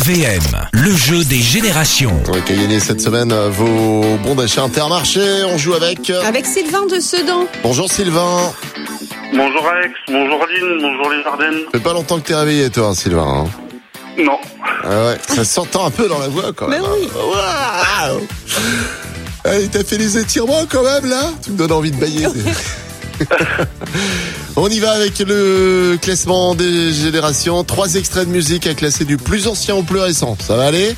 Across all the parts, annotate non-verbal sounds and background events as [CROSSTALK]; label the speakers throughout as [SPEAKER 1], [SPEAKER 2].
[SPEAKER 1] RVM, le jeu des générations.
[SPEAKER 2] On va gagner cette semaine euh, vos bons d'achat intermarché. On joue avec. euh,
[SPEAKER 3] Avec Sylvain de Sedan.
[SPEAKER 2] Bonjour Sylvain.
[SPEAKER 4] Bonjour Alex, bonjour Lynn, bonjour les Ardennes.
[SPEAKER 2] Ça fait pas longtemps que t'es réveillé, toi, hein, Sylvain. hein.
[SPEAKER 4] Non.
[SPEAKER 2] Ah ouais, ça s'entend un peu dans la voix, quand même.
[SPEAKER 3] Mais oui.
[SPEAKER 2] hein. Waouh. Allez, t'as fait les étirements, quand même, là Tu me donnes envie de bailler. [LAUGHS] On y va avec le classement des générations. Trois extraits de musique à classer du plus ancien au plus récent. Ça va aller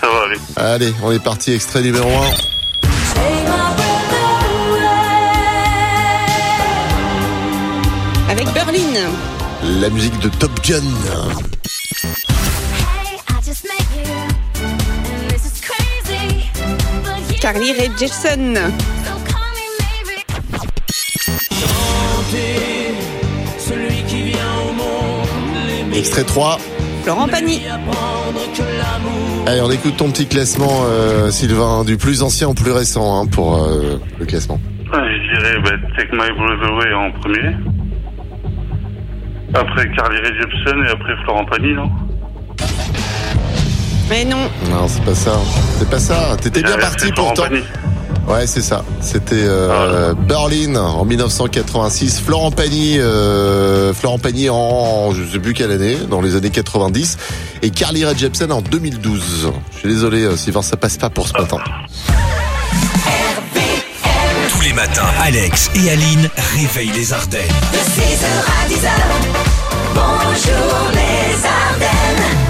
[SPEAKER 4] Ça va aller.
[SPEAKER 2] Allez, on est parti, extrait numéro 1.
[SPEAKER 3] Avec Berlin.
[SPEAKER 2] La musique de Top Gun.
[SPEAKER 3] Carly Rae Jepsen.
[SPEAKER 5] Celui qui vient au monde, les
[SPEAKER 2] Extrait 3.
[SPEAKER 3] Laurent Pagny.
[SPEAKER 5] apprendre que l'amour.
[SPEAKER 2] Allez, on écoute ton petit classement, euh, Sylvain, du plus ancien au plus récent hein, pour euh, le classement.
[SPEAKER 4] Je dirais bah, Take My Breath Away en premier. Après Carly Rae Jepsen et après Florent Pagny, non
[SPEAKER 3] Mais non.
[SPEAKER 2] Non, c'est pas ça. C'est pas ça. T'étais bien
[SPEAKER 4] J'avais
[SPEAKER 2] parti
[SPEAKER 4] fait Florent
[SPEAKER 2] pourtant.
[SPEAKER 4] Pagny.
[SPEAKER 2] Ouais, c'est ça. C'était euh, Berlin en 1986. Florent Pagny, euh, Florent Pagny en je sais plus quelle année, dans les années 90, et Carly Rae Jepsen en 2012. Je suis désolé, euh, Sylvain, ça passe pas pour ce matin.
[SPEAKER 1] Tous les matins, Alex et Aline réveillent les Ardennes.
[SPEAKER 6] De 6h à 10h, bonjour les Ardennes.